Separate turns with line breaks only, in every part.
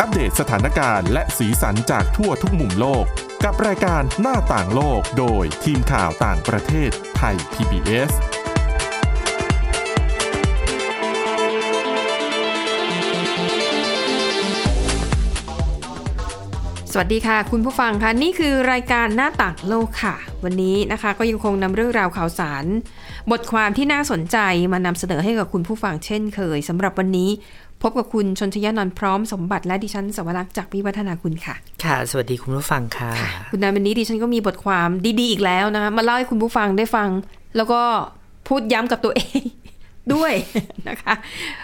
อัปเดตสถานการณ์และสีสันจากทั่วทุกมุมโลก กับรายการหน้าต่างโลกโดยทีมข่าวต่างประเทศไทย PBS
สวัสดีค่ะ คุณผู้ฟังค่ะนี่คือรายการหน้าต่างโลกค่ะ วันนี้นะคะก็ยังคงนำเรื่องราวข่าวสาร บทความที่น่าสนใจมานำเสนอให้กับคุณผู้ฟังเช่นเคยสำหรับวันนี้ พบกับคุณชนชยานนท์พร้อมสมบัติและดิฉันสวรักษ์จากวิวัฒนาคุณค่ะ
ค่ะ สวัสดีคุณผู้ฟังค่ะ
คุณนายวันนี้ดิฉันก็มีบทความดีๆอีกแล้วนะคะมาเล่าให้คุณผู้ฟังได้ฟัง แล้วก็พูดย้ำกับตัวเอง ด้วย นะคะ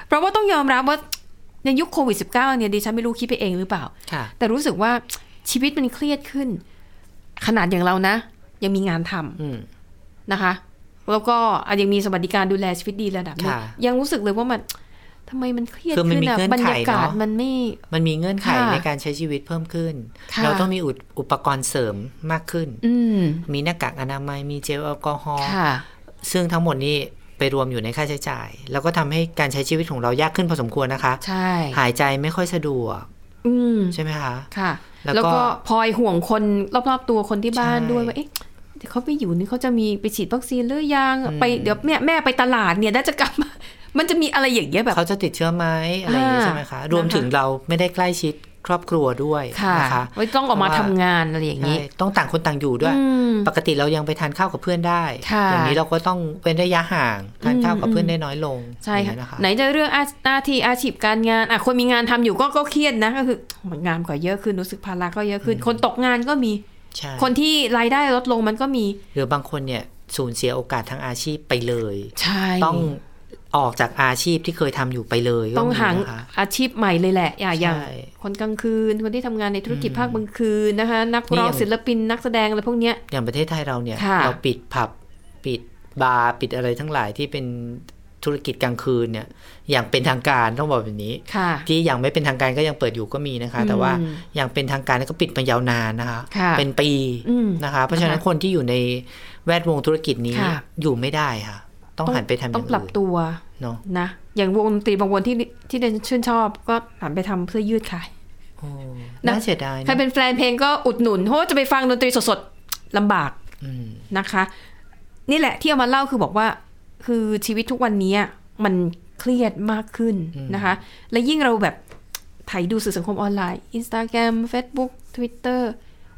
เพราะว่าต้องยอมรับว่าในยุคโควิด -19 เนี่ยดิฉันไม่รู้คิดไปเองหรือเปล่า
ค่ะ
แต่รู้สึกว่า ชีวิตมันเครียดขึ้น ขนาดอย่างเรานะ ยังมีงานทำ
อืม
นะคะ แล้วก็อ่ะยังมีสวัสดิการดูแลชีวิตดีระดับหนึง
ค่ะ
ยังรู้สึกเลยว่ามันทำไมมันเครียด
คือมัน
ขึ้น
มี
อะ
เงื่อน
บรร
ไข
ยากาศ
เนอะ
มันไม่
มันมีเงื่อนไข
ค่ะ
ในการใช้ชีวิตเพิ่มขึ้น
ค่ะ
เราต้องมีอุดอุปกรณ์เสริมมากขึ้น
อืม
มีหน้ากากอนามัย มีเจลแอลกอฮอล์
ค่ะ
ซึ่งทั้งหมดนี้ไปรวมอยู่ในค่าใช้จ่าย แล้วก็ทำให้การใช้ชีวิตของเรายากขึ้นพอสมควรนะคะ
ใช่
หายใจไม่ค่อยสะดวก
อืม
ใช่ไหมคะ
ค่ะ
แล้วก็
แล้วก็พลอยห่วงคนรอบๆตัวคนที่บ้าน
ใช่
ด้วยว่าเอ๊ะเดี๋ยวเขาไปอยู่นี่เขาจะมีไปฉีดวัคซีนหรือยังไปเดี๋ยวแม่แม่ไปตลาดเนี่ยน่าจะกลับมา มันจะมีอะไรอย่างเงี้ยแบบ
เขาจะติดเชื้อไหมอะไรอย่างนี้
อ่า
ใช่ไหมคะ รวม
นะคะ
ถึงเราไม่ได้ใกล้ชิดครอบครัวด้วย
ค่ะ
นะคะ
ไว้ต้องออกมาทำงานอะไรอย่าง
ใช่
นี้
ต้องต่างคนต่างอยู่ด้วย
อืม
ปกติเรายังไปทานข้าวกับเพื่อนได้
ค่ะ
อย่างนี้เราก็ต้องเป็นระยะห่างทานข้าวกับ
อืม
เพื่อนได้น้อยลง
ใช่
อย่า
ค่ะ
งนี้นนะคะ
ไหนจะเรื่องอาหน้าที่อาชีพการงานอ่ะคนมีงานทำอยู่ก็ก็เครียดนะก็คืองานก็เยอะขึ้นรู้สึกภาระก็เยอะขึ้น คนตกงานก็มี
ใช่
คนที่รายได้ลดลงมันก็มี
หรือบางคนเนี่ยสูญเสียโอกาสทางอาชีพไปเลย
ใช่
ต้องออกจากอาชีพที่เคยทำอยู่ไปเลยก็
ต้อง
มี
หาง
นะคะ
อาชีพใหม่เลยแหละอย่าอย่าง
ใช่
คนกลางคืนคนที่ทำงานในธุรกิจภาคกลางคืนนะคะ นักร้องศิลปินนักแสดงอะไรพวกเนี้ย
อย่างประเทศไทยเราเนี่ย
ค่ะ
เราปิดผับปิดบาร์ปิดอะไรทั้งหลายที่เป็นธุรกิจกลางคืนเนี่ย อย่างเป็นทางการต้องบอกแบบนี้
ค่ะ
ที่อย่างไม่เป็นทางการก็ยังเปิดอยู่ก็มีนะคะ แต่ว่า
อืม
อย่างเป็นทางการก็ปิดมายาวนานนะคะ
ค่ะ
เป็นปี
อืม
นะคะ เพราะฉะนั้นคนที่อยู่ในแวดวงธุรกิจนี้
ค่ะ
อยู่ไม่ได้ค่ะ ต้องหันไปทำอ
ต้อง
ย่าง
ปรับ
อื่น
ตัว
เนาะ
นะ อย่างวงดนตรีบางวงที่ที่เดนชื่นชอบก็หันไปทำเพื่อยืดขาย
โอ้
นะ
น่าเสียดาย
ใคร
นะ
เป็นแฟนเพลงก็อุดหนุนเพราะว่าจะไปฟังดนตรีสดๆลำบาก
อืม
นะคะ นี่แหละที่เอามาเล่าคือบอกว่า คือชีวิตทุกวันนี้มันเครียดมากขึ้นนะคะ และยิ่งเราแบบไถดูสื่อสังคมออนไลน์ Instagram Facebook Twitter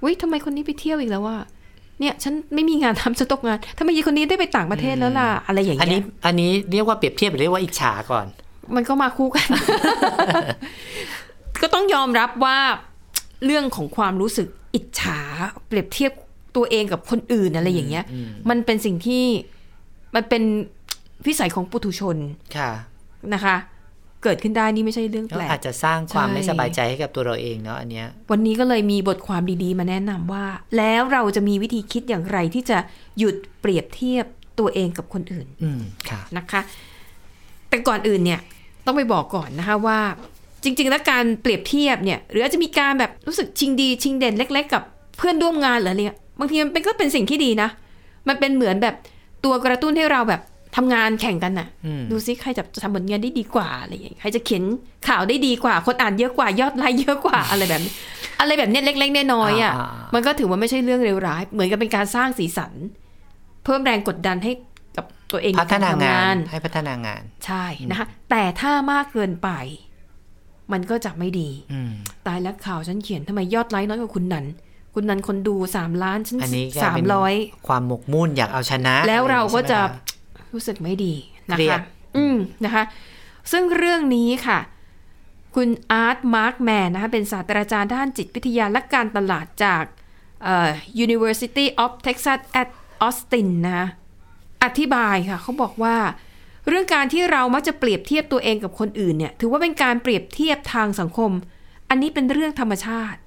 วิทำไมคนนี้ไปเที่ยวอีกแล้วว่าเนี่ยฉันไม่มีงานทำฉันตกงานทำไมยีคนนี้ได้ไปต่างประเทศแล้วล่ะ อะไรอย่าง
อัน
เงี้
นี้
ย
อันนี้เรียกว่าเปรียบเทียบหรือเรียกว่าอิจฉาก่อน
มันก็มาคู่กัน ก็ต้องยอมรับว่าเรื่องของความรู้สึกอิจฉา เปรียบเทียบตัวเองกับคนอื่นอะไรอย่างเงี้ย มันเป็นสิ่งที่มันเป็นวิสัยของปุถุชน
ค่ะ
นะคะ เกิดขึ้นได้นี่ไม่ใช่เรื่อง
ก็
แปลก
อาจจะสร้างความ
ใช่
ไม่สบายใจให้กับตัวเราเองเนาะอันเนี้ย
วันนี้ก็เลยมีบทความดีๆ มาแนะนำว่า แล้วเราจะมีวิธีคิดอย่างไรที่จะหยุดเปรียบเทียบตัวเองกับคนอื่น
อืมค่ะ
นะคะ แต่ก่อนอื่นเนี่ยต้องไปบอกก่อนนะคะว่าจริง ๆ แล้วการเปรียบเทียบเนี่ย หรืออาจจะมีการแบบรู้สึกชิงดี ชิงเด่นเล็ก ๆ กับเพื่อนร่วมงานหรืออะไรเนี่ยบางทีมันเป็นก็เป็นสิ่งที่ดีนะ มันเป็นเหมือนแบบตัวกระตุ้นให้เราแบบทำงานแข่งกันน่ะ
อืม
ดูซิใครจะทำผลงานได้ดีกว่าอะไรอย่างเงี้ยใครจะเขียนข่าวได้ดีกว่า คนอ่านเยอะกว่ายอดไลค์เยอะกว่า อะไรแบบนี้อะไรแบบเนี้ยเล็กๆน้อยๆอ่ะ
อ่าๆ
มันก็ถือว่าไม่ใช่เรื่องเลวร้าย เหมือนกับเป็นการสร้างสีสัน เพิ่มแรงกดดันให้กับตัวเอง
พัฒนาก
รทำ
งาน ให้พัฒนางาน
ใช่นะคะแต่ถ้ามากเกินไป มันก็จะไม่ดี
อืม
ตายแล้วข่าวฉันเขียนทำไมยอดไลค์น้อยกว่าคุณนันคุณนันคนดูสามล้านฉัน
อันนี้ก็
สาม
เป็น
ร้อย
ความหมกมุ่นอยากเอาชนะ
แล้วเราก็จะ
ใช่ไหมค
รู้สึกไม่ดีนะ
เครีย
คะ
ด
อืมนะคะ ซึ่งเรื่องนี้ค่ะ คุณอาร์ตมาร์กแมนนะคะเป็นศาสตราจารย์ด้านจิตวิทยาและการตลาดจากเอ่อ University of Texas at Austin นะคะ อธิบายค่ะเขาบอกว่า เรื่องการที่เรามักจะเปรียบเทียบตัวเองกับคนอื่นเนี่ย ถือว่าเป็นการเปรียบเทียบทางสังคม อันนี้เป็นเรื่องธรรมชาติ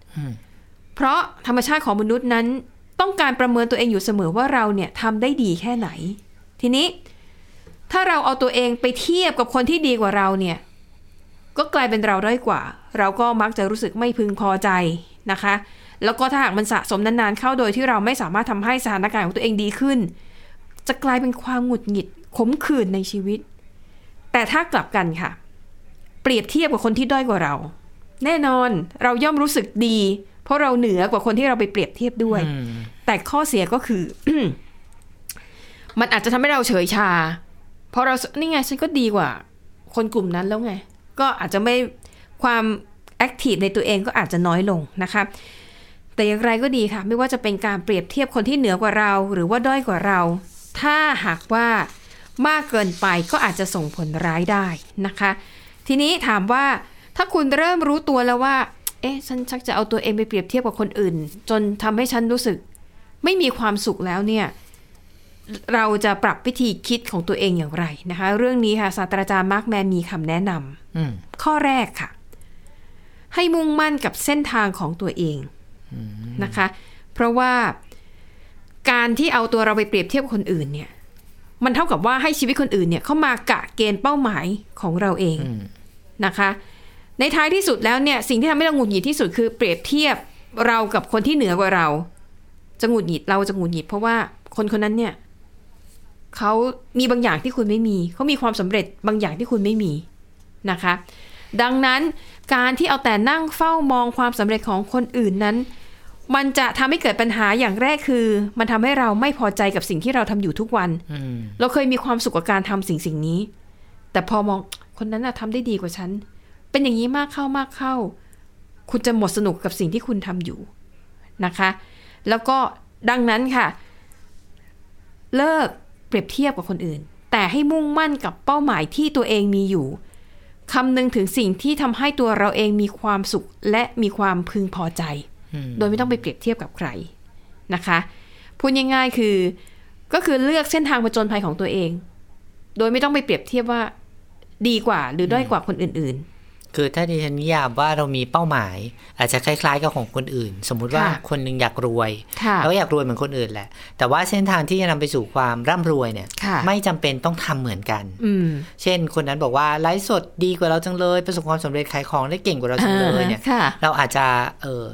เพราะธรรมชาติของมนุษย์นั้น ต้องการประเมินตัวเองอยู่เสมอว่าเราเนี่ยทำได้ดีแค่ไหน ทีนี้ ถ้าเราเอาตัวเองไปเทียบกับคนที่ดีกว่าเราเนี่ย ก็กลายเป็นเราด้อยกว่า เราก็มักจะรู้สึกไม่พึงพอใจนะคะ แล้วก็ถ้าหากมันสะสมนานๆเข้าโดยที่เราไม่สามารถทำให้สถานการณ์ของตัวเองดีขึ้น จะกลายเป็นความหงุดหงิดขมขื่นในชีวิต แต่ถ้ากลับกันค่ะ เปรียบเทียบกับคนที่ด้อยกว่าเรา แน่นอนเราย่อมรู้สึกดี เพราะเราเหนือกว่าคนที่เราไปเปรียบเทียบด้วย
อืม
แต่ข้อเสียก็คือ มันอาจจะทำให้เราเฉยชา เพราะเรานี่ไงฉันก็ดีกว่า คนกลุ่มนั้นแล้วไง ก็อาจจะไม่ความแอคทีฟในตัวเองก็อาจจะน้อยลงนะคะ แต่อย่างไรก็ดีค่ะ ไม่ว่าจะเป็นการเปรียบเทียบคนที่เหนือกว่าเราหรือว่าด้อยกว่าเรา ถ้าหากว่ามากเกินไปก็อาจจะส่งผลร้ายได้นะคะ ทีนี้ถามว่าถ้าคุณเริ่มรู้ตัวแล้วว่า เอ๊ะ ฉันชักจะเอาตัวเองไปเปรียบเทียบกับคนอื่น จนทำให้ฉันรู้สึก ไม่มีความสุขแล้วเนี่ย เราจะปรับวิธีคิดของตัวเองอย่างไรนะคะ เรื่องนี้ค่ะศาสตราจารย์มาร์กแมนมีคำแนะนำ
อืม
ข้อแรกค่ะ ให้มุ่งมั่นกับเส้นทางของตัวเองนะคะ เพราะว่าการที่เอาตัวเราไปเปรียบเทียบกับคนอื่นเนี่ย มันเท่ากับว่าให้ชีวิตคนอื่นเนี่ยเข้ามากะเกณฑ์เป้าหมายของเราเองนะคะ ในท้ายที่สุดแล้วเนี่ย สิ่งที่ทำให้เราหงุดหงิดที่สุดคือเปรียบเทียบเรากับคนที่เหนือกว่าเรา จะหงุดหงิดเราจะหงุดหงิดเพราะว่าคนคนนั้นเนี่ยเขามีบางอย่างที่คุณไม่มีเขามีความสำเร็จบางอย่างที่คุณไม่มีนะคะ ดังนั้นการที่เอาแต่นั่งเฝ้ามองความสำเร็จของคนอื่นนั้น มันจะทำให้เกิดปัญหาอย่างแรกคือ มันทำให้เราไม่พอใจกับสิ่งที่เราทำอยู่ทุกวัน
อืม
เราเคยมีความสุขกับการทำสิ่งสิ่งนี้ แต่พอมองคนนั้นน่ะทำได้ดีกว่าฉัน เป็นอย่างนี้มากเข้ามากเข้า คุณจะหมดสนุกกับสิ่งที่คุณทำอยู่นะคะ แล้วก็ดังนั้นค่ะ เลิกเปรียบเทียบกับคนอื่น แต่ให้มุ่งมั่นกับเป้าหมายที่ตัวเองมีอยู่คำนึงถึงสิ่งที่ทำให้ตัวเราเองมีความสุขและมีความพึงพอใจ
อืม
โดยไม่ต้องไปเปรียบเทียบกับใครนะคะ พูดง่ายๆคือ ก็คือเลือกเส้นทางผจญภัยของตัวเอง โดยไม่ต้องไปเปรียบเทียบว่า ดีกว่าหรือด้อยกว่าคนอื่น
คือถ้าดิฉันนิยามว่าเรามีเป้าหมาย อาจจะคล้าย ๆ กับของคนอื่น สมมุติว่า
ค่ะ
คนหนึ่งอยากรวย
ๆ ค่ะ
เราก็อยากรวยเหมือนคนอื่นแหละ แต่ว่าเส้นทางที่จะนำไปสู่ความร่ำรวยเนี่ย
ค่ะ
ไม่จำเป็นต้องทำเหมือนกัน
อืม
เช่น คนนั้นบอกว่าไลฟ์สดดีกว่าเราจังเลย ประสบความสำเร็จขายของได้เก่งกว่าเราจังเลยเนี่ย
ออค่ะ
เราอาจจะเออ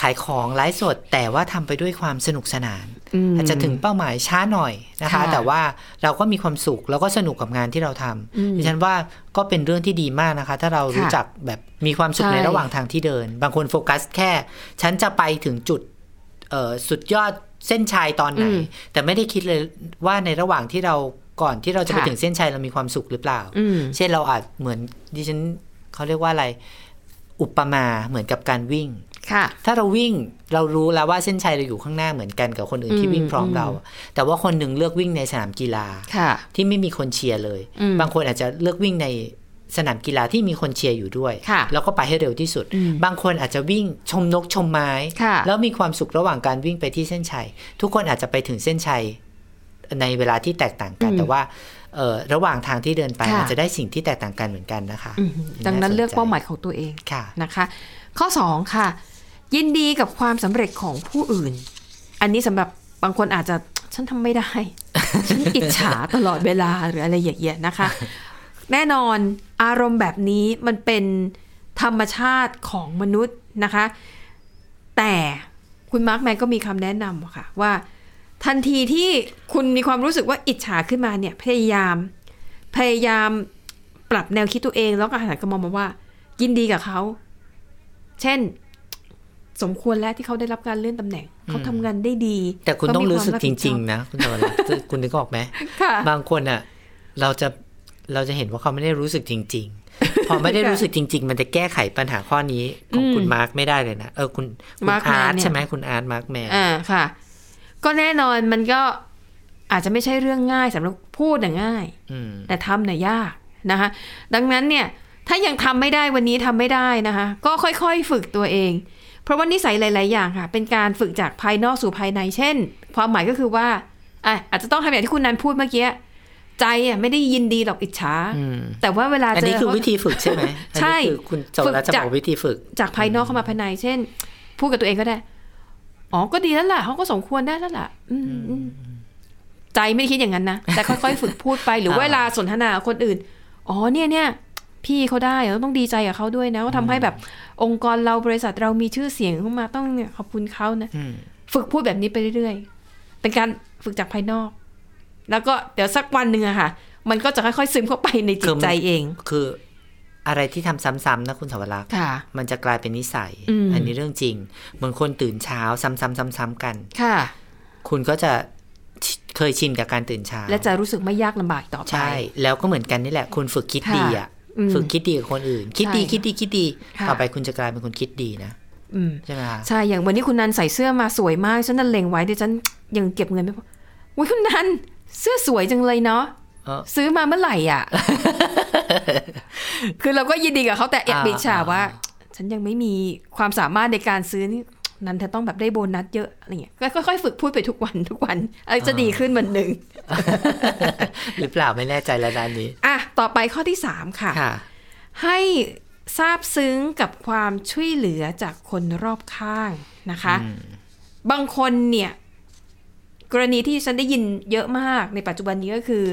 ขายของไลฟ์สด แต่ว่าทำไปด้วยความสนุกสนาน
อืม
อาจจะถึงเป้าหมายช้าหน่อยนะคะ
ค่ะ
แต่ว่าเราก็มีความสุขแล้วก็สนุกกับงานที่เราท
อืม
ำดิฉันว่าก็เป็นเรื่องที่ดีมากนะคะ ถ้าเรา
ค่ะ
รู้จักแบบมีความสุข
ใช่
ในระหว่างทางที่เดิน บางคนโฟกัสแค่ ฉันจะไปถึงจุดเอ่อสุดยอดเส้นชัยตอนไหน
อืม
แต่ไม่ได้คิดเลยว่าในระหว่างที่เราก่อนที่เราจะไป
ค่ะ
ถึงเส้นชัยเรามีความสุขหรือเปล่า
อืม
เช่นเราอาจเหมือนดิฉันเขาเรียกว่าอะไร อุปมาเหมือนกับการวิ่ง
ค่ะ
ถ้าเราวิ่งเรารู้แล้วว่าเส้นชัยเราอยู่ข้างหน้าเหมือนกันกับคนอื่นที่
อืม
วิ่งพร้อมเรา แต่ว่าคนหนึ่งเลือกวิ่งในสนามกีฬา
ค่ะ
ที่ไม่มีคนเชียร์เลย
อืม
บางคนอาจจะเลือกวิ่งในสนามกีฬาที่มีคนเชียร์อยู่ด้วย
ค่ะ
แล้วก็ไปให้เร็วที่สุด
อืม
บางคนอาจจะวิ่งชมนกชมไม้
ค่ะ
แล้วมีความสุขระหว่างการวิ่งไปที่เส้นชัย ทุกคนอาจจะไปถึงเส้นชัยในเวลาที่แตกต่างกัน แต่ว่าเอ่อระหว่างทางที่เดินไป
ค่ะ
อาจจะได้สิ่งที่แตกต่างกันเหมือนกันนะคะ
อืมดังนั้นเลือกเป้าหมาย
น่สน
ของตัวเอง
ใจค่ะ
นะคะ ข้อ 2 ค่ะ ยินดีกับความสำเร็จของผู้อื่น อันนี้สำหรับบางคนอาจจะฉันทำไม่ได้ ฉันอิจฉาตลอดเวลาหรืออะไรอย่างเงี้ยนะคะ แน่นอนอารมณ์แบบนี้มันเป็นธรรมชาติของมนุษย์นะคะ แต่คุณมาร์กแมนก็มีคำแนะนำค่ะว่า ทันทีที่คุณมีความรู้สึกว่าอิจฉาขึ้นมาเนี่ยพยายาม พยายามปรับแนวคิดตัวเองแล้วก็หันกลับมองมาว่า ยินดีกับเขา เช่น สมควรแล้วที่เขาได้รับการเลื่อนตำแหน่ง เขาทำงานได้ดี
แต่คุณต้อง
เขมี
รู้สึก
ความบ
จ
ผิดชอบ
ริง ๆ นะ คุณนวรัตน์คุณนึก ออกไหม
ค่ะ
บางคนอ่ะ เราจะเราจะเห็นว่าเขาไม่ได้รู้สึกจริง ๆ พอไม่ได้รู้สึกจริง ๆ มันจะแก้ไขปัญหาข้อนี้ของคุณมาร์กไม่ได้เลยนะเออคุณคุณ
มาร์คแมน
อาร์ต
เนี่ย
ใช่ไหมคุณอาร์ตมาร์กแมน
อ่าค่ะ ก็แน่นอนมันก็อาจจะไม่ใช่เรื่องง่ายสำหรับพูดน่ะง่าย
อืม
แต่ทำน่ะยากนะคะ ดังนั้นเนี่ยถ้ายังทำไม่ได้วันนี้ทำไม่ได้นะคะ ก็ค่อยๆฝึกตัวเอง เพราะว่านิสัยหลาย ๆ อย่างค่ะ เป็นการฝึกจากภายนอกสู่ภายใน เช่น ความหมายก็คือว่าอ่ะอาจจะต้องทำอย่างที่คุณนันพูดเมื่อกี้ใจอ่ะไม่ได้ยินดีหรอกอิจฉา
อืม
แต่ว่าเวลา
อัน
เจ
นี้
อ
คือ
เขา
วิธีฝึกใช่ไหมอันนี้
ใช่
คือคุณจบแล้ว
ฝึ
จะ
กจา
บ
ก
อกวิธีฝึก
จากภายนอกเข้ามาภายใน เช่น พูดกับตัวเองก็ได้ อ๋อ ก็ดีแล้วล่ะเขาก็สมควรได้แล้วล่ะ อืมอืมใจไม่ได้คิดอย่างนั้นนะ แต่ค่อยๆ ฝึกพูดไป หรือ
อ่า
เวลาสนทนากับคนอื่น อ๋อ เนี่ยเนี่ย พี่เขาได้เราต้องดีใจกับเขาด้วยนะเขาทำให้แบบองค์กรเราบริษัทเรามีชื่อเสียงเข้ามาต้องเนี่ยขอบคุณเขานะ
อืม
ฝึกพูดแบบนี้ไปเรื่อยๆ เป็นการฝึกจากภายนอก แล้วก็เดี๋ยวสักวันหนึ่งอะค่ะ มันก็จะค่อยๆซึมเข้าไปในจิตใจเอง
คือ อะไรที่ทำซ้ำๆนะคุณสวรักษ์
ค่ะ
มันจะกลายเป็นนิสัย
อืม
นนี้เรื่องจริงเหมือนคนตื่นเช้าซ้ำๆๆๆกัน
ค่ะ
คุณก็จะชิเคยชินกับการตื่นเช้า
และจะรู้สึกไม่ยากลำบากต่อไป
ใช่ แล้วก็เหมือนกันนี่แหละ คุณฝึกคิดดีอ่ะ
ค่ะอืม
ฝึกคิดดีกับคนอื่น คิดดี
ใช่
คิดดีคิดดี
ค่ะ
ต่อไปคุณจะกลายเป็นคนคิดดีนะ
อืม
ใช่ไหมคะ
ใช่ อย่างวันนี้คุณนันใส่เสื้อมาสวยมาก ฉันนั่นเล็งไว้แต่ฉันยังเก็บเงินไม่พออุ้ยคุณนันเสื้อสวยจังเลยเนาะ
เออ
ซื้อมาเมื่อไหร่ อ่ะ คือเราก็ยินดีกับเขาแต่แอบ
อ่า
บิดฉา
อ่า
ว่า ฉันยังไม่มีความสามารถในการซื้อนี่นันเธอต้องแบบได้โบนัสเยอะอะไรเงี้ยก็ค่อยๆฝึกพูดไปทุกวันทุกวันอะไรจะดีขึ้นวันหนึ่ง
หรือเปล่าไม่แน่ใจระดับนี้
อ่ะต่อไปข้อที่สามค่ะ
ค่ะ
ให้ซาบซึ้งกับความช่วยเหลือจากคนรอบข้างนะคะ บางคนเนี่ย กรณีที่ฉันได้ยินเยอะมากในปัจจุบันนี้ก็คือ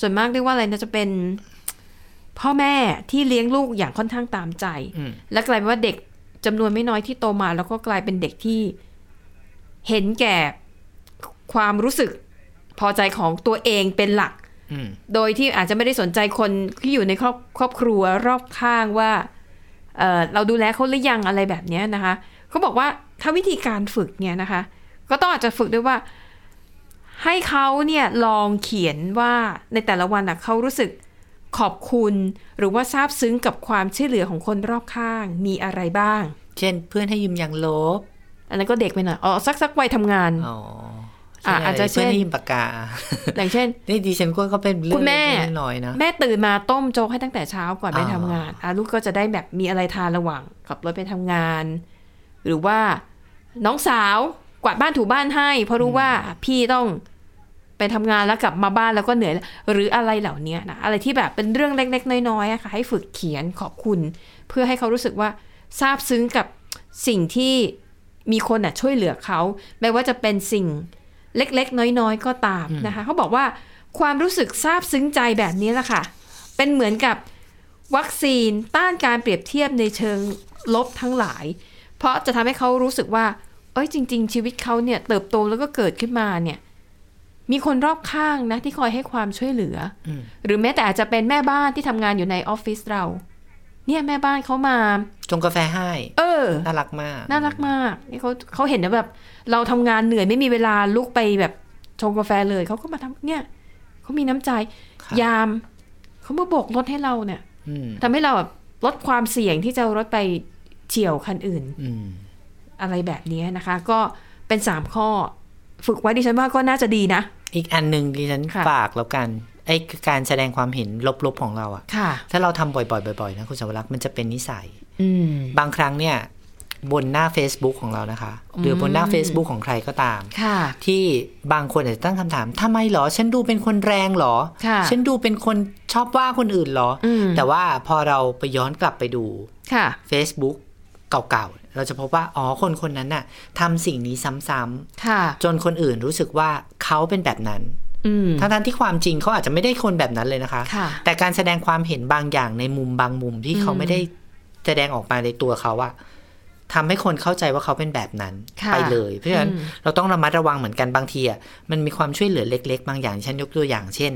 ส่วนมากเรียกว่าอะไรนะจะเป็นพ่อแม่ที่เลี้ยงลูกอย่างค่อนข้างตามใจ
อืม
และกลายเป็นว่าเด็กจำนวนไม่น้อยที่โตมา แล้วก็กลายเป็นเด็กที่เห็นแก่ความรู้สึกพอใจของตัวเองเป็นหลัก
อืม
โดยที่อาจจะไม่ได้สนใจคนที่อยู่ในครอบครอบครัวรอบข้างว่าเอ่อเราดูแลเขาหรือยังอะไรแบบเนี้ยนะคะ เขาบอกว่าถ้าวิธีการฝึกเนี่ยนะคะ ก็ต้องอาจจะฝึกด้วยว่า ให้เขาเนี่ยลองเขียนว่าในแต่ละวันนะเขารู้สึกขอบคุณ หรือว่าซาบซึ้งกับความช่วยเหลือของคนรอบข้างมีอะไรบ้าง
เช่นเพื่อนให้ยืมยางลบ
อันนั้นก็เด็กไปหน่อยอ๋อสักสักวัยทำงาน
อ๋อ
อ่ะ
ใช่
อาจจะเช่
เพื่อน นให้ยืมปาก กา
อย่างเช่น
นี่ดิฉันก็ก็เป็นเรื่
คุ
อง
ณแม่
เล็กๆน้อยๆนะ
แม่ตื่นมาต้มโจ๊กให้ตั้งแต่เช้าก่อนไป
อ่า
ทำงานอ่ะลูกก็จะได้แบบมีอะไรทานระหว่างขับรถไปทำงาน หรือว่าน้องสาวกวาดบ้านถูบ้านให้ เพราะรู้ว่าพี่ต้องไปทำงานแล้วกลับมาบ้านแล้วก็เหนื่อยแล้วหรืออะไรเหล่านี้นะอะไรที่แบบเป็นเรื่องเล็กๆ น้อยๆอะค่ะ ให้ฝึกเขียนขอบคุณ เพื่อให้เขารู้สึกว่าซาบซึ้งกับสิ่งที่มีคนน่ะช่วยเหลือเขาไม่ว่าจะเป็นสิ่งเล็กๆ น้อยๆ ก็ตามนะคะ เขาบอกว่าความรู้สึกซาบซึ้งใจแบบนี้แหละค่ะ เป็นเหมือนกับวัคซีนต้านการเปรียบเทียบในเชิงลบทั้งหลาย เพราะจะทำให้เขารู้สึกว่า เอ้ยจริง ๆ ชีวิตเขาเนี่ยเติบโตแล้วก็เกิดขึ้นมาเนี่ย มีคนรอบข้างนะที่คอยให้ความช่วยเหลืออ
ม
หรือแม้แต่อาจจะเป็นแม่บ้านที่ทำงานอยู่ในออฟฟิศเรา เนี่ยแม่บ้านเขามา
ชงกาแฟให้
เออ
น่ารักมาก
น่ารักมากนี่เขาเขาเห็นนะแบบ เราทำงานเหนื่อยไม่มีเวลาลุกไปแบบชงกาแฟเลยเขาก็มาทำเนี่ยเขามีน้ำใจ
ครับ
ยาม เขามาโบกรถให้เราเนี่ย
อืม
ทำให้เราแบบลดความเสี่ยงที่จะเอารถไปเฉียวคันอื่น
อืม
อะไรแบบนี้นะคะ ก็เป็นสามข้อ ฝึกไว้ดิฉันว่าก็น่าจะดีนะ
อีกอันหนึ่งดิฉัน
ค่ะ
ฝากแล้วกันไอ้การแสดงความเห็นลบๆของเราอะ
ค่ะ
ถ้าเราทำบ่อยๆบ่อยๆนะคุณสวรักษ์มันจะเป็นนิสัย
อืม
บางครั้งเนี่ย บนหน้า Facebook ของเรานะคะ หรือบนหน้า Facebook ของใครก็ตาม
ค่ะ
ที่บางคนอาจจะตั้งคำถามทำไมเหรอ ฉันดูเป็นคนแรงเหรอ
ค่ะ
ฉันดูเป็นคนชอบว่าคนอื่นเหรออ
ม
แต่ว่าพอเราไปย้อนกลับไปดู
ค่ะ
Facebook เก่าๆ เราจะพบว่า อ๋อ คนคนนั้นน่ะทำสิ่งนี้ซ้ำ
ค่ะ
ๆ จนคนอื่นรู้สึกว่าเขาเป็นแบบนั้น
อืม
ทั้งๆที่ความจริงเขาอาจจะไม่ได้คนแบบนั้นเลยนะคะ
ค่ะ
แต่การแสดงความเห็นบางอย่างในมุมบางมุมที่เขาไม่ได้แสดงออกมาในตัวเขาอะทำให้คนเข้าใจว่าเขาเป็นแบบนั้น
ค่ะ
ไปเลย เพราะฉะนั้น
อืม
เราต้องระมัดระวังเหมือนกันบางทีอะมันมีความช่วยเหลือเล็ก ๆ บางอย่างเช่นยกตัวอย่างเช่น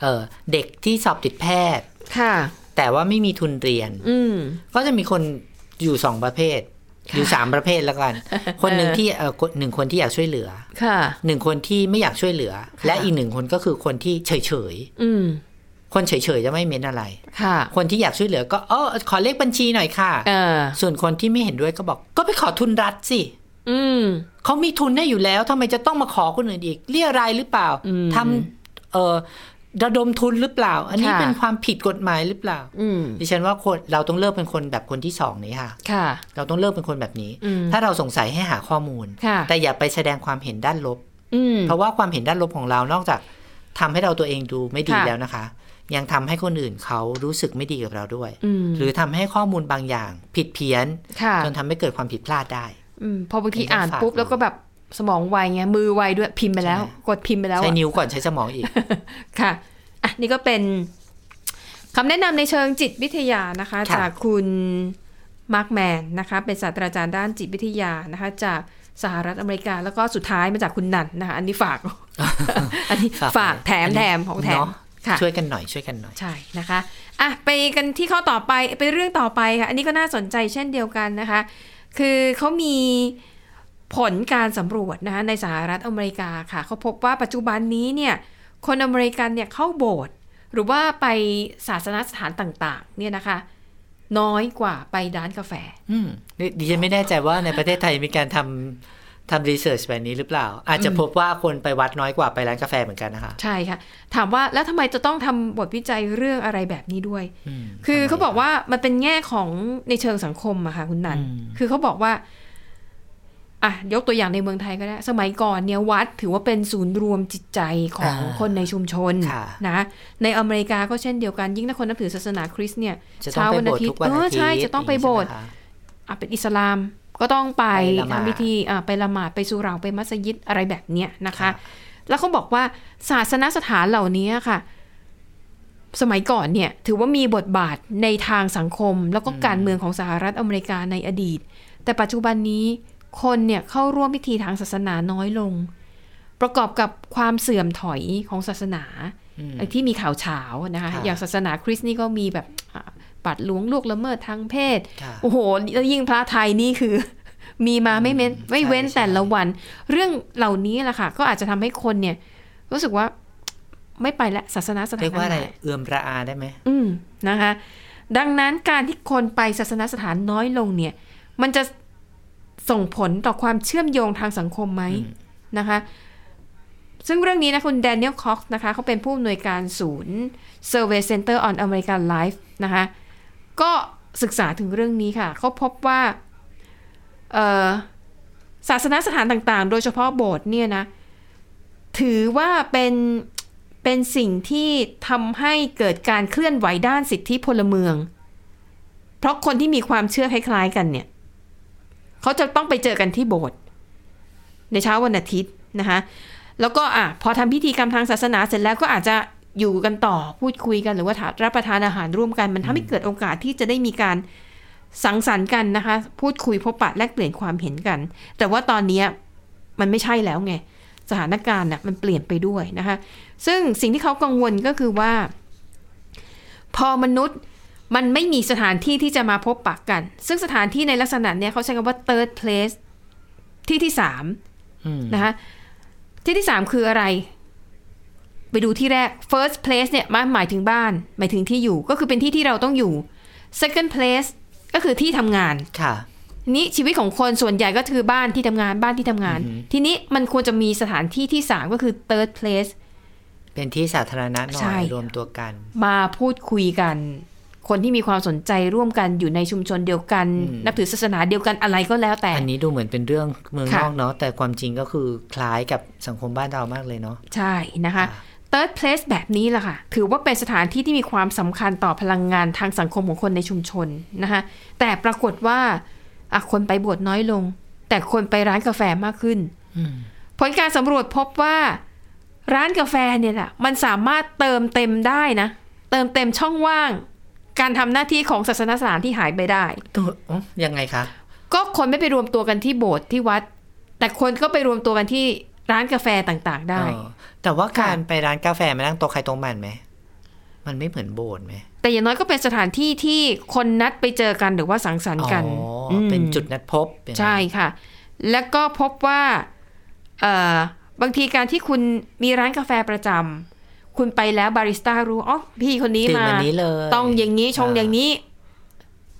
เอ่อเด็กที่สอบติดแพทย์
ค่ะ
แต่ว่าไม่มีทุนเรียน
อืม
ก็จะมีคนอยู่สองประเภท อยู่สามประเภทแล้วกัน คนหนึ่งที่เอ่อคนหนึ่งคนที่อยากช่วยเหลือ
ค่ะ
หนึ่งคนที่ไม่อยากช่วยเหลือ
ค่ะ
และอีกหนึ่งคนก็คือคนที่เฉยเฉย
อืม
ๆคนเฉยเฉยๆจะไม่เม้นอะไร
ค่ะ
คนที่อยากช่วยเหลือก็เออขอเลขบัญชีหน่อยค่ะ
เออ
ส่วนคนที่ไม่เห็นด้วยก็บอก ก็ไปขอทุนรัฐสิ
อืม
เขามีทุนให้อยู่แล้วทำไมจะต้องมาขอคนอื่นอีกเรียรายหรือเปล่า
อืม
ทำเออระดมทุนหรือเปล่า อันนี้
ค่ะ
เป็นความผิดกฎหมายหรือเปล่า
อืม
ดิฉันว่าคนเราต้องเลิกเป็นคนแบบคนที่สองนี้ค่ะ
ค่ะ
เราต้องเลิกเป็นคนแบบนี้
อืม
ถ้าเราสงสัยให้หาข้อมูล
ค่ะ
แต่อย่าไปแสดงความเห็นด้านลบ
อืม
เพราะว่าความเห็นด้านลบของเรา นอกจากทำให้เราตัวเองดูไม่ดี
ค่ะ
แล้วนะคะ ยังทำให้คนอื่นเขารู้สึกไม่ดีกับเราด้วย
อืม
หรือทำให้ข้อมูลบางอย่าง ผิดเพี้ยน
ค่ะ
จนทำให้เกิดความผิดพลาดได้
อืมพอบางที
เป็นการ
อ่าน
ฝาก
ปุ๊บ
ดู
แล้วก็แบบสมองไวไงมือไวด้วยพิมพ์ไปแล้ว
ใช่ไหม
กดพิมพ์ไปแล้ว
ใช้
อะ
นิ้วก่อนใช้สมองอีก
ค่ะอ่ะ นี่ก็เป็นคำแนะนำในเชิงจิตวิทยานะคะ
ค่ะ
จากคุณมาร์กแมนนะคะ เป็นศาสตราจารย์ด้านจิตวิทยานะคะ จากสหรัฐอเมริกา แล้วก็สุดท้ายมาจากคุณนันนะคะ อันนี้ฝาก อันนี้ฝากแถมแถมของแถม
เนาะ
ค่ะ
ช่วยกันหน่อยช่วยกันหน่อย
ใช่นะคะอ่ะไปกันที่ข้อต่อไปไปเรื่องต่อไปค่ะ อันนี้ก็น่าสนใจเช่นเดียวกันนะคะ คือเขามีผลการสำรวจนะคะในสหรัฐอเมริกาค่ะเขาพบว่าปัจจุบันนี้เนี่ยคนอเมริกันเนี่ยเข้าโบสถ์หรือว่าไปศาสนสถานต่างๆเนี่ยนะคะ น้อยกว่าไปร้านกาแฟ
อืมนี่ดิฉันไม่แน่ใจว่าในประเทศไทยมีการทำทำรีเสิร์ชแบบนี้หรือเปล่า อาจจะพบว่าคนไปวัดน้อยกว่าไปร้านกาแฟเหมือนกันนะคะ
ใช่ค่ะ ถามว่าแล้วทำไมจะต้องทำบทวิจัยเรื่องอะไรแบบนี้ด้วย
ม
คือเขาบอกว่ามันเป็นแง่ของในเชิงสังคมอะค่ะคุณนัน
อืม
คือเขาบอกว่าอ่ะยกตัวอย่างในเมืองไทยก็ได้ สมัยก่อนเนี่ยวัดถือว่าเป็นศูนย์รวมจิตใจของคนในชุมชน
ค่ะ
นะ ในอเมริกาก็เช่นเดียวกัน ยิ่งถ้าคนนับถือศาสนาคริสต์เนี่ย
จะต้องไปโบสถ์ทุกวันอาทิตย์
เออใช่จะต้องไปโบสถ์
อย่างนี้ใช่ไหมคะ
อ่ะเป็นอิสลามก็ต้องไป
ไปละหมาด
ทำพิธีอ่ะไปละหมาดไปสุเหราไปมัสยิดอะไรแบบเนี้ยนะคะ
ค่ะ
แล้วเขาบอกว่าศาสนสถานเหล่านี้ค่ะ สมัยก่อนเนี่ย ถือว่ามีบทบาทในทางสังคม แล้วก็การเมืองของสหรัฐอเมริกาในอดีต แต่ปัจจุบันนี้คนเนี่ยเข้าร่วมพิธีทางศาสนาน้อยลง ประกอบกับความเสื่อมถอยของศาสนา
อืม
ที่มีข่าวเฉานะคะ
ค่ะ
อย่างศาสนาคริสต์นี่ก็มีแบบอ่ะปัดหลวงลูกละเมิดทางเพศ
ค่ะ
โอ้โหแล้วยิ่งพระไทยนี่คือ มีมาไม่เว้นไม่เว้น
ใช่ใช่
แต่ละวัน เรื่องเหล่านี้แหละค่ะ ก็อาจจะทำให้คนเนี่ย รู้สึกว่าไม่ไปละศาสนาสถาน
เรียกว่าอะไร
หน
เอือมระอาได้ไหม
อืมนะคะ ดังนั้นการที่คนไปศาสนาสถานน้อยลงเนี่ย มันจะส่งผลต่อความเชื่อมโยงทางสังคมไหมนะคะ ซึ่งเรื่องนี้นะคุณแดเนียลคอกนะคะเขาเป็นผู้อำนวยการศูนย์ Survey Center on American Life นะคะ ก็ศึกษาถึงเรื่องนี้ค่ะ เขาพบว่าเอ่อศาสนสถานต่างๆ โดยเฉพาะโบสถ์เนี่ยนะ ถือว่าเป็นเป็นสิ่งที่ทำให้เกิดการเคลื่อนไหวด้านสิทธิพลเมือง เพราะคนที่มีความเชื่อคล้ายๆกันเนี่ย เขาจะต้องไปเจอกันที่โบสถ์ในเช้าวันอาทิตย์นะคะ แล้วก็อ่ะพอทำพิธีกรรมทางศาสนาเสร็จแล้วก็อาจจะอยู่กันต่อพูดคุยกันหรือว่าทานรับประทานอาหารร่วมกัน มันทำให้เกิดโอกาสที่จะได้มีการสังสรรค์กันนะคะ พูดคุยพบปะแลกเปลี่ยนความเห็นกัน แต่ว่าตอนเนี้ยมันไม่ใช่แล้วไง สถานการณ์น่ะมันเปลี่ยนไปด้วยนะคะ ซึ่งสิ่งที่เขากังวลก็คือว่า พอมนุษย์มันไม่มีสถานที่ที่จะมาพบปะกัน ซึ่งสถานที่ในลักษณะเนี้ยเขาใช้คำว่า third place ที่ที่สาม
อืม
นะคะที่ที่สามคืออะไร ไปดูที่แรก first place เนี่ยมันหมายถึงบ้าน หมายถึงที่อยู่ก็คือเป็นที่ที่เราต้องอยู่ second place ก็คือที่ทำงาน
ค่ะ
ทีนี้ชีวิตของคนส่วนใหญ่ก็คือบ้านที่ทำงานบ้านที่ทำงาน
อือหือ
ทีนี้มันควรจะมีสถานที่ที่สามก็คือ third place
เป็นที่สาธารณะหน่
ใช่
อยรวมตัวกัน
มาพูดคุยกัน คนที่มีความสนใจร่วมกันอยู่ในชุมชนเดียวกัน
อืม
นับถือศาสนาเดียวกันอะไรก็แล้วแต่
อันนี้ดูเหมือนเป็นเรื่องเมือง
ค่ะ
นอกเนาะแต่ความจริงก็คือคล้ายกับสังคมบ้านเรามากเลยเนาะ
ใช่นะคะ
ค่ะ
third place แบบนี้ล่ะค่ะ ถือว่าเป็นสถานที่ที่มีความสำคัญต่อพลังงานทางสังคมของคนในชุมชนนะคะ แต่ปรากฏว่าอ่ะคนไปบวชน้อยลง แต่คนไปร้านกาแฟมากขึ้น
อืม
ผลการสำรวจพบว่าร้านกาแฟเนี่ยแหละมันสามารถเติมเต็มได้นะ เติมเต็มช่องว่าง การทำหน้าที่ของศาสนสถานที่หายไปได้
ตัวอ๋อยังไงคะ
ก็คนไม่ไปรวมตัวกันที่โบสถ์ที่วัด แต่คนก็ไปรวมตัวกันที่ร้านกาแฟต่างๆได้
เออแต่ว่าการไปร้านกาแฟมานั่งโต๊ะใครโต๊ะมันไหม มันไม่เหมือนโบสถ์ไหม
แต่อย่างน้อยก็เป็นสถานที่ที่คนนัดไปเจอกันหรือว่าสังสรรค์กัน
อ๋ออ
ม
เป็นจุดนัดพบเป็น
ใช่ค่ะ แล้วก็พบว่าเอ่อบางทีการที่คุณมีร้านกาแฟประจำคุณไปแล้วบาริสต้ารู้อ๋อพี่คนนี้
ดื่ม
มา
อันนี้เลย
ต้องอย่างนี้ชงอย่างนี้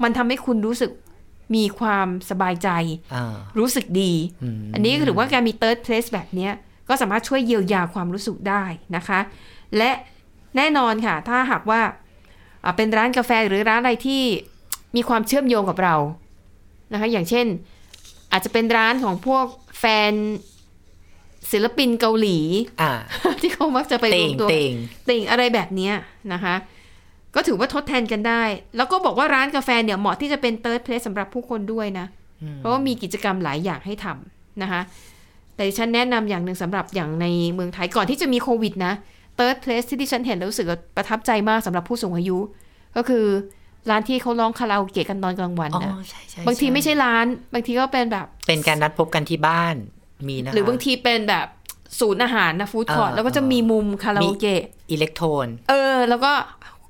มันทำให้คุณรู้สึกมีความสบายใจ
อ่า
รู้สึกดี
ม
อันนี้ก็ถือว่าการมี third place แบบเนี้ยก็สามารถช่วยเยียวยาความรู้สึกได้นะคะ และแน่นอนค่ะ ถ้าหากว่าอ่าเป็นร้านกาแฟหรือร้านอะไรที่มีความเชื่อมโยงกับเรานะคะ อย่างเช่น อาจจะเป็นร้านของพวกแฟนศิลปินเกาหลี
อ่า
ที่เขามักจะไปร
เต่
ว
ง
มตัว
เต่ง
ติ่งอะไรแบบเนี้ยนะคะ ก็ถือว่าทดแทนกันได้ แล้วก็บอกว่าร้านกาแฟเนี่ยเหมาะที่จะเป็น third place สำหรับผู้คนด้วยนะ
อืม
เพราะว่ามีกิจกรรมหลายอย่างให้ทำนะคะ แต่ดิฉันแนะนำอย่างหนึ่งสำหรับอย่างในเมืองไทยก่อนที่จะมีโควิดนะ third place ที่ดิฉันเห็นแล้วรู้สึกว่าประทับใจมากสำหรับผู้สูงอายุ ก็คือร้านที่เขาร้องคาราโอเกะกันตอนกลางวัน
อ๋อ
นะ
ใช่ใช่
บางทีไม่ใช่ร้าน บางทีก็เป็นแบบ
เป็นการนัดพบกันที่บ้านมีนะคะ
หรือบางทีเป็นแบบ ศูนย์อาหารนะฟู้ดคอร์ท
อ่า
แล้วก็จะมีมุมคาราโอเกะ
อิเล็กโทรน
เออ แล้วก็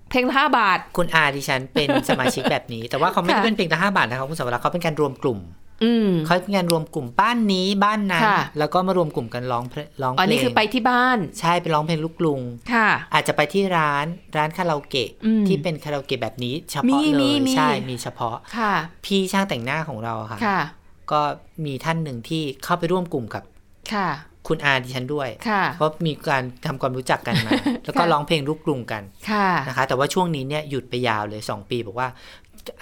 เพลงละห้าบาท
คุณอาดิฉันเป็น สมาชิกแบบนี้ แต่ว่าเขาไม่ได้
ค่ะ
เป็นเพียงแต่ห้าบาทนะครับคุณสวรักษ์เขาเป็นการรวมกลุ่ม
อืม
เขาเป็นการรวมกลุ่มบ้านนี้บ้านนั้น
ค่ะ
แล้วก็มารวมกลุ่มกันร้องเพลงร้องเพ
อัน
ล
นี้
ง
คือไปที่บ้าน
ใช่ไปร้องเพลงลูกกรุง
ค่ะ
อาจจะไปที่ร้านร้านคาราโอเกะ
อืม
ที่เป็นคาราโอเกะแบบนี้เฉ
มี
พาะเล
มี
ย
มี
ใช่มีเฉพาะ
ค่ะ
พี่ช่างแต่งหน้าของเราอะค่ะ
ค่ะ
ก็มีท่านหนึ่งที่เข้าไปร่วมกลุ่มกับ
ค่ะ
คุณอาดิฉันด้วย
ค่ะ
เพราะมีการทำความรู้จัก กันมา แล้วก็ร้องเพลงลูกกรุงกัน
ค่ะ
นะคะ แต่ว่าช่วงนี้เนี่ยหยุดไปยาวเลย 2 ปีบอกว่า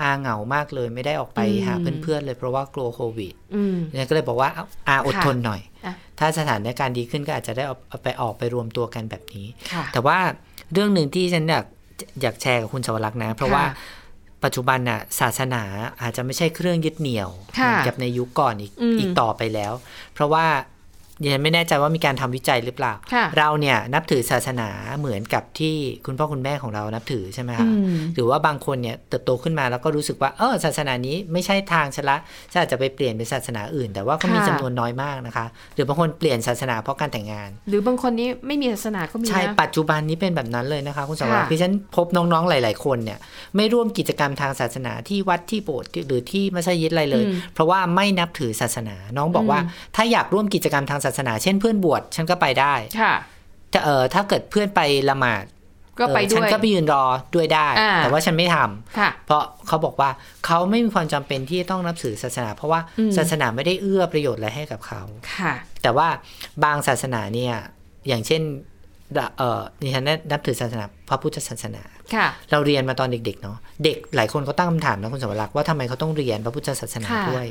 อาเหงามากเลยไม่ได้ออกไป
อืม
หาเพื่อนๆเลยเพราะว่ากลัวโควิด
อืม
เนี่ยก็เลยบอกว่าเอาอาอดทนหน่อย
อ่ะ
ถ้าสถานการณ์ดีขึ้นก็อาจจะได้เอาเอาไปออกไปรวมตัวกันแบบนี้
ค่ะ
แต่ว่าเรื่องหนึ่งที่ฉันอยากอยากแชร์กับคุณชวรักษ์นะ เพราะว่า
ค่ะ
ปัจจุบันน่ะศาสนาอาจจะไม่ใช่เครื่องยึดเหนี่ยว
ค่ะ
เหมือนกับในยุคก่อนอีก
อืม
อีกต่อไปแล้ว เพราะว่ายังไม่แน่ใจว่ามีการทำวิจัยหรือเปล่า
ค่ะ
เราเนี่ยนับถือศาสนาเหมือนกับที่คุณพ่อคุณแม่ของเรานับถือใช่ไหม
อื
คะ
ม
หรือว่าบางคนเนี่ยเติบโตขึ้นมาแล้วก็รู้สึกว่าเออศาสนานี้ไม่ใช่ทางฉันละฉันอาจจะไปเปลี่ยนเป็นศาสนาอื่น แต่ว่าก็มี
ค่ะ
จำนวนน้อยมากนะคะ หรือบางคนเปลี่ยนศาสนาเพราะการแต่งงาน
หรือบางคนนี้ไม่มีศาสนาก็มี
ใช่
นะ
ปัจจุบันนี้เป็นแบบนั้นเลยนะคะคุณสวรร
ค่ะ
ค์ที่ฉันพบน้องๆหลาย ๆ คนเนี่ย ไม่ร่วมกิจกรรมทางศาสนาที่วัดที่โบสถ์หรือที่มัสยิดอะไรเลย
อืม
เพราะว่าไม่นับถือศาสนา น้องบอกว่า
อืม
ถ้าอยากร่วมกิจกรรมทางศาสนา เช่นเพื่อนบวชฉันก็ไปได้
ค่ะ
แต่เออถ้าเกิดเพื่อนไปละหมาด
ก็ไป
เออ
ด้
ฉั
วย
ก็ไปยืนรอด้วยได้
อ่า
แต่ว่าฉันไม่ทำ
ค่ะ
เพราะเขาบอกว่าเขาไม่มีความจำเป็นที่จะต้องนับถือศาสนา เพราะว่า
อืม
ศาสนาไม่ได้เอื้อประโยชน์อะไรให้กับเขา
ค่ะ
แต่ว่าบางศาสนาเนี่ย อย่างเช่นเออดิฉันนับถือศาสนาพระพุทธศาสนา
ค่ะ
เราเรียนมาตอนเด็กๆเนาะเด็กหลายคนก็ตั้งคำถามนะคุณสวรักษ์ว่าทำไมเขาต้องเรียนพระพุทธศาสนา
ค่ะ
ด้วย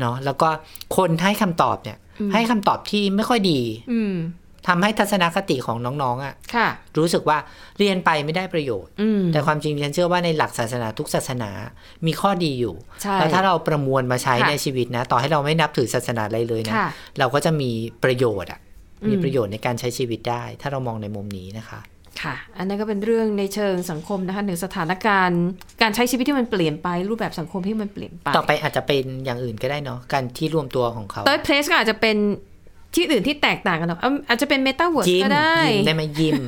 เนาะแล้วก็คนให้คำตอบเนี่ย
อืม
ให้คำตอบที่ไม่ค่อยดี
อืม
ทำให้ทัศนคติของน้องๆอะ่ะ
ค่ะ
รู้สึกว่าเรียนไปไม่ได้ประโยชน์
อืม
แต่ความจริงฉันเชื่อว่าในหลักศาสนาทุกศาสนามีข้อดีอยู่
ใช่
แล้วถ้าเราประมวลมาใช้
ค่ะ
ในชีวิตนะ ต่อให้เราไม่นับถือศาสนาอะไรเลยนะ
ค่ะ
เราก็จะมีประโยชน์อะ
อืม
มีประโยชน์ในการใช้ชีวิตได้ ถ้าเรามองในมุมนี้นะคะ
ค่ะ อันนั้นก็เป็นเรื่องในเชิงสังคมนะคะหนึ่งสถานการณ์ การใช้ชีวิตที่มันเปลี่ยนไป รูปแบบสังคมที่มันเปลี่ยนไป
ต่อไปอาจจะเป็นอย่างอื่นก็ได้เนาะการที่รวมตัวของเขา
third place ก็อาจจะเป็นที่อื่นที่แตกต่างกันหรอกเอาอาจจะเป็น meta word
ยิม
ก็ได้
ยิมได้ไหมยิม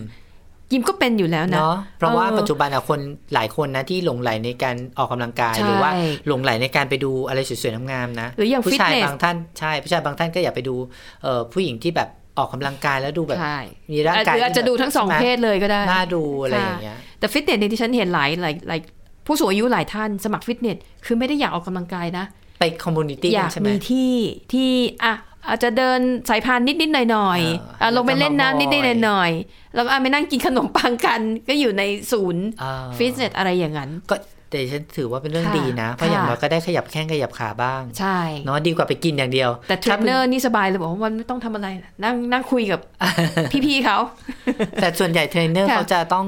ยิมก็เป็นอยู่แล้วนะ
เนาะเพราะว่า
เออ
ปัจจุบันอะคนหลายคนนะที่หลงไหลในการออกกำลังกาย
ใช่
หรือว่าหลงไหลในการไปดูอะไรสวยๆงามๆนะ
หรืออย่าง
ผู้ชาย
fitness
บางท่านใช่ผู้ชายบางท่านก็อย่าไปดูเอ่อผู้หญิงที่แบบออกกำลังกายแล้วดูแบบ
ใช่
มีร่างกาย
หรืออาจจะดูทั้งสองเพศเลยก็ได้
น่าดูอะไรอย่างเงี้ย
แต่ฟิตเนสเนี่ยที่ฉันเห็นหลายหลายหลายผู้สูงอายุหลายท่านสมัครฟิตเนส คือไม่ได้อยากออกกำลังกายนะ
ไปคอมมูนิตี้
อยาก
ใช่ไหม
มีที่ที่อ่ะอาจจะเดินสายพานนิดนิดๆหน่อยหน่อยๆ
เออ
อ่ะลงไปเล่นน้ำนิดนิดหน่อย
แล้วก็
หน่อยๆแล้วก็
มา
อ่ะไปนั่งกินขนมปังกัน ก็อยู่ในศูนย์
อ่า
ฟิตเนสอะไรอย่างนั้น
ก็แต่ฉันถือว่าเป็นเรื่อง
ค่ะ
ดีนะ เพราะอย่าง
ค่ะ
เราก็ได้ขยับแข้งขยับขาบ้าง
ใช่
เนาะดีกว่าไปกินอย่างเดียว
แต่เทร
ถ้าน
เนอร์นี่สบายเลยบอกว่าวันไม่ต้องทำอะไรนะนั่งนั่งคุย กับ พี่ๆเขา
แต่ส่วนใหญ่เทรนเนอร์
ค่ะ
เขาจะต้อง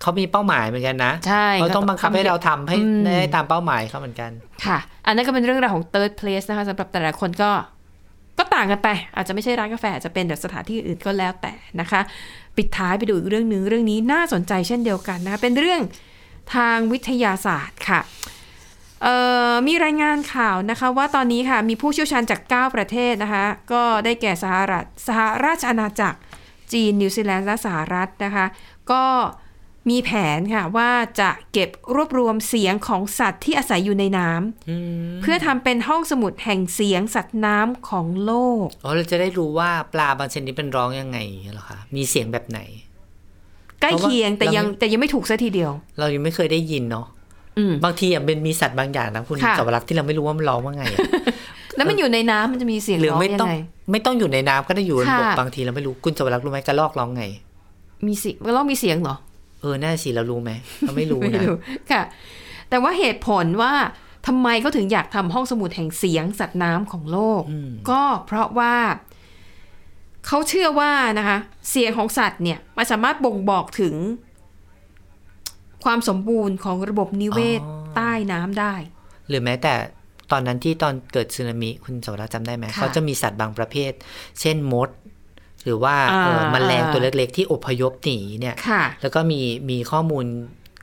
เขามีเป้าหมายเหมือนกันนะ
ใช่
เขาต้อง
ก็
บังคับให้เราทำให้
อืม
ได้ตามเป้าหมายเขาเหมือนกัน
ค่ะ อันนั้นก็เป็นเรื่องราวของ third place นะคะสำหรับแต่ละคนก็ก็ต่างกันไป อาจจะไม่ใช่ร้านกาแฟอาจจะเป็นแบบสถานที่อื่นก็แล้วแต่นะคะ ปิดท้ายไปดูอีกเรื่องหนึ่งเรื่องนี้น่าสนใจเช่นเดียวกันนะคะเป็นเรื่องทางวิทยาศาสตร์ค่ะเอ่อมีรายงานข่าวนะคะว่าตอนนี้ค่ะมีผู้เชี่ยวชาญจาก 9 ประเทศนะคะก็ได้แก่สหรัฐสหราชอาณาจักร จีน นิวซีแลนด์และสหรัฐนะคะ ก็มีแผนค่ะว่าจะเก็บรวบรวมเสียงของสัตว์ที่อาศัยอยู่ในน้ำ
อืม
เพื่อทำเป็นห้องสมุดแห่งเสียงสัตว์น้ำของโลก
อ๋อเราจะได้รู้ว่าปลาบางชนิดเป็นร้องยังไงอย่างเงี้ยเหรอคะมีเสียงแบบไหน
ใกล้เคียง
เพ
แต่
ราะว่า
ยัง
เราไม่
แต่ยังไม่ถูกซะทีเดียว
เรายังไม่เคยได้ยินเนาะ
อืม
บางทีอ่ะเป็นมีสัตว์บางอย่างนะคุณ
ค่ะ
สวรักษ์ที่เราไม่รู้ว่ามันร้องว่าไงอะ
แล้วมันอยู่ในน้ำมันจะมีเสียง
หรือ
ร้อง
ไม่
ยั
ต้อง ง
ไง
ไม่ต้องอยู่ในน้ำก็ได้อยู่บนบก
ค่ะ
บางทีเราไม่รู้คุณสวรักษ์รู้ไหมกระรอกร้องไง
มีเสิมันร้องมีเสียงเหรอ
เออน่าสิเรารู้ไหมเราไม่รู้
ไม่
นะ
รู้ค่ะ แต่ว่าเหตุผลว่าทำไมเขาถึงอยากทำห้องสมุดแห่งเสียงสัตว์น้ำของโลก
อืม
ก็เพราะว่าเขาเชื่อว่านะคะ เสียงของสัตว์เนี่ยมันสามารถบ่งบอกถึง ความสมบูรณ์ของระบบนิเวศใต้น้ำได้
หรือแม้แต่ตอนนั้นที่ตอนเกิดสึนามิคุณสวรักษ์จำได้ไหม
ค่ะ
เขาจะมีสัตว์บางประเภท เช่นมด หรือว่า
อ่า
เออแมลงตัวเล็กๆ ที่อพยพหนีเนี่ย
ค่ะ
แล้วก็มีมีข้อมูล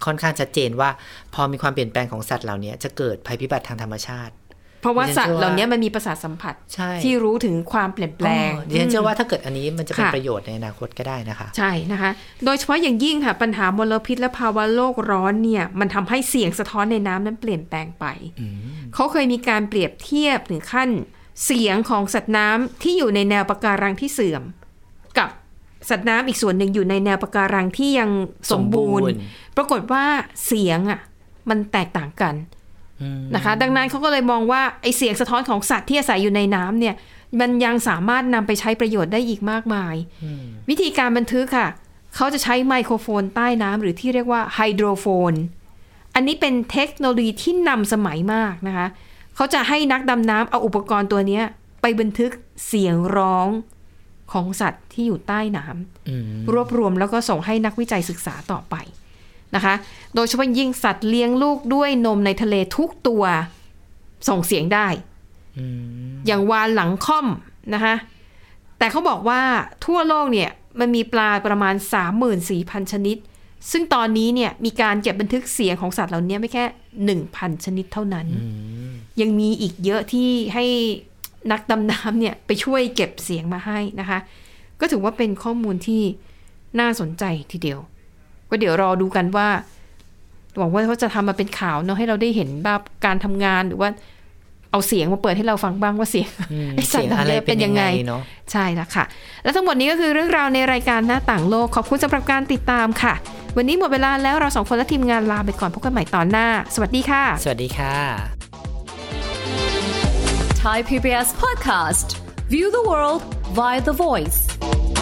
ค่อนข้างชัดเจนว่า พอมีความเปลี่ยนแปลงของสัตว์เหล่านี้จะเกิดภัยพิบัติทางธรรมชาติ
เพราะว่า
ดิ
สั
ฉั
ต
น
ว์
เชื่อว่า
เหล่านี้มันมีประสาทสัมผัส
ใช่
ที่รู้ถึงความเปลี่ยนแปลง
อ๋อดิฉันเชื่อว่าถ้าเกิดอันนี้มันจะเป็น
ค่ะ
ประโยชน์ในอนาคตก็ได้นะคะ
ใช่นะคะ โดยเฉพาะอย่างยิ่งค่ะ ปัญหามลพิษและภาวะโลกร้อนเนี่ย มันทำให้เสียงสะท้อนในน้ำนั้นเปลี่ยนแปลงไป เขาเคยมีการเปรียบเทียบถึงขั้นเสียงของสัตว์น้ำที่อยู่ในแนวปะการังที่เสื่อม กับสัตว์น้ำอีกส่วนหนึ่งอยู่ในแนวปะการังที่ยังสมบูร
สมบู
ณ์
รณ์
ปรากฏว่าเสียงอ่ะมันแตกต่างกัน
อืม
นะคะดังนั้นเขาก็เลยมองว่าไอเสียงสะท้อนของสัตว์ที่อาศัยอยู่ในน้ำเนี่ยมันยังสามารถนำไปใช้ประโยชน์ได้อีกมากมาย
อืม
วิธีการบันทึกค่ะ เขาจะใช้ไมโครโฟนใต้น้ำหรือที่เรียกว่าไฮโดรโฟน อันนี้เป็นเทคโนโลยีที่นำสมัยมากนะคะเขาจะให้นักดำน้ำเอาอุปกรณ์ตัวเนี้ยไปบันทึกเสียงร้องของสัตว์ที่อยู่ใต้น้ำ
อืม
รวบรวมแล้วก็ส่งให้นักวิจัยศึกษาต่อไปนะคะ โดยเฉพาะยิ่งสัตว์เลี้ยงลูกด้วยนมในทะเลทุกตัวส่งเสียงได้
อืม
อย่างวานหลังค่อมนะคะ แต่เขาบอกว่าทั่วโลกเนี่ยมันมีปลาประมาณ 34,000 ชนิด ซึ่งตอนนี้เนี่ยมีการเก็บบันทึกเสียงของสัตว์เหล่านี้ไม่แค่ 1,000 ชนิดเท่านั้น ยังมีอีกเยอะที่ให้นักดำน้ำเนี่ยไปช่วยเก็บเสียงมาให้นะคะ ก็ถือว่าเป็นข้อมูลที่น่าสนใจทีเดียว ก็เดี๋ยวรอดูกันว่าหวังว่าเขาจะทำมาเป็นข่าวเนาะให้เราได้เห็นแบบการทำงานหรือว่าเอาเสียงมาเปิดให้เราฟังบ้างว่าเสียง
อืม
ไอ้สัต
เสีย
ว์
ง
เหล่า
อะไร
นี้
เป็
เป็น น
ยั
ยัง ง
ไง
ไง
เนาะ
ใช่แล้วค่ะ และทั้งหมดนี้ก็คือเรื่องราวในรายการหน้าต่างโลก ขอบคุณสำหรับการติดตามค่ะ วันนี้หมดเวลาแล้วเราสองคนและทีมงานลาไปก่อนพบกันใหม่ตอนหน้า สวัสดีค่ะ
สวัสดีค่ะ
Thai PBS podcast. View the world via the voice.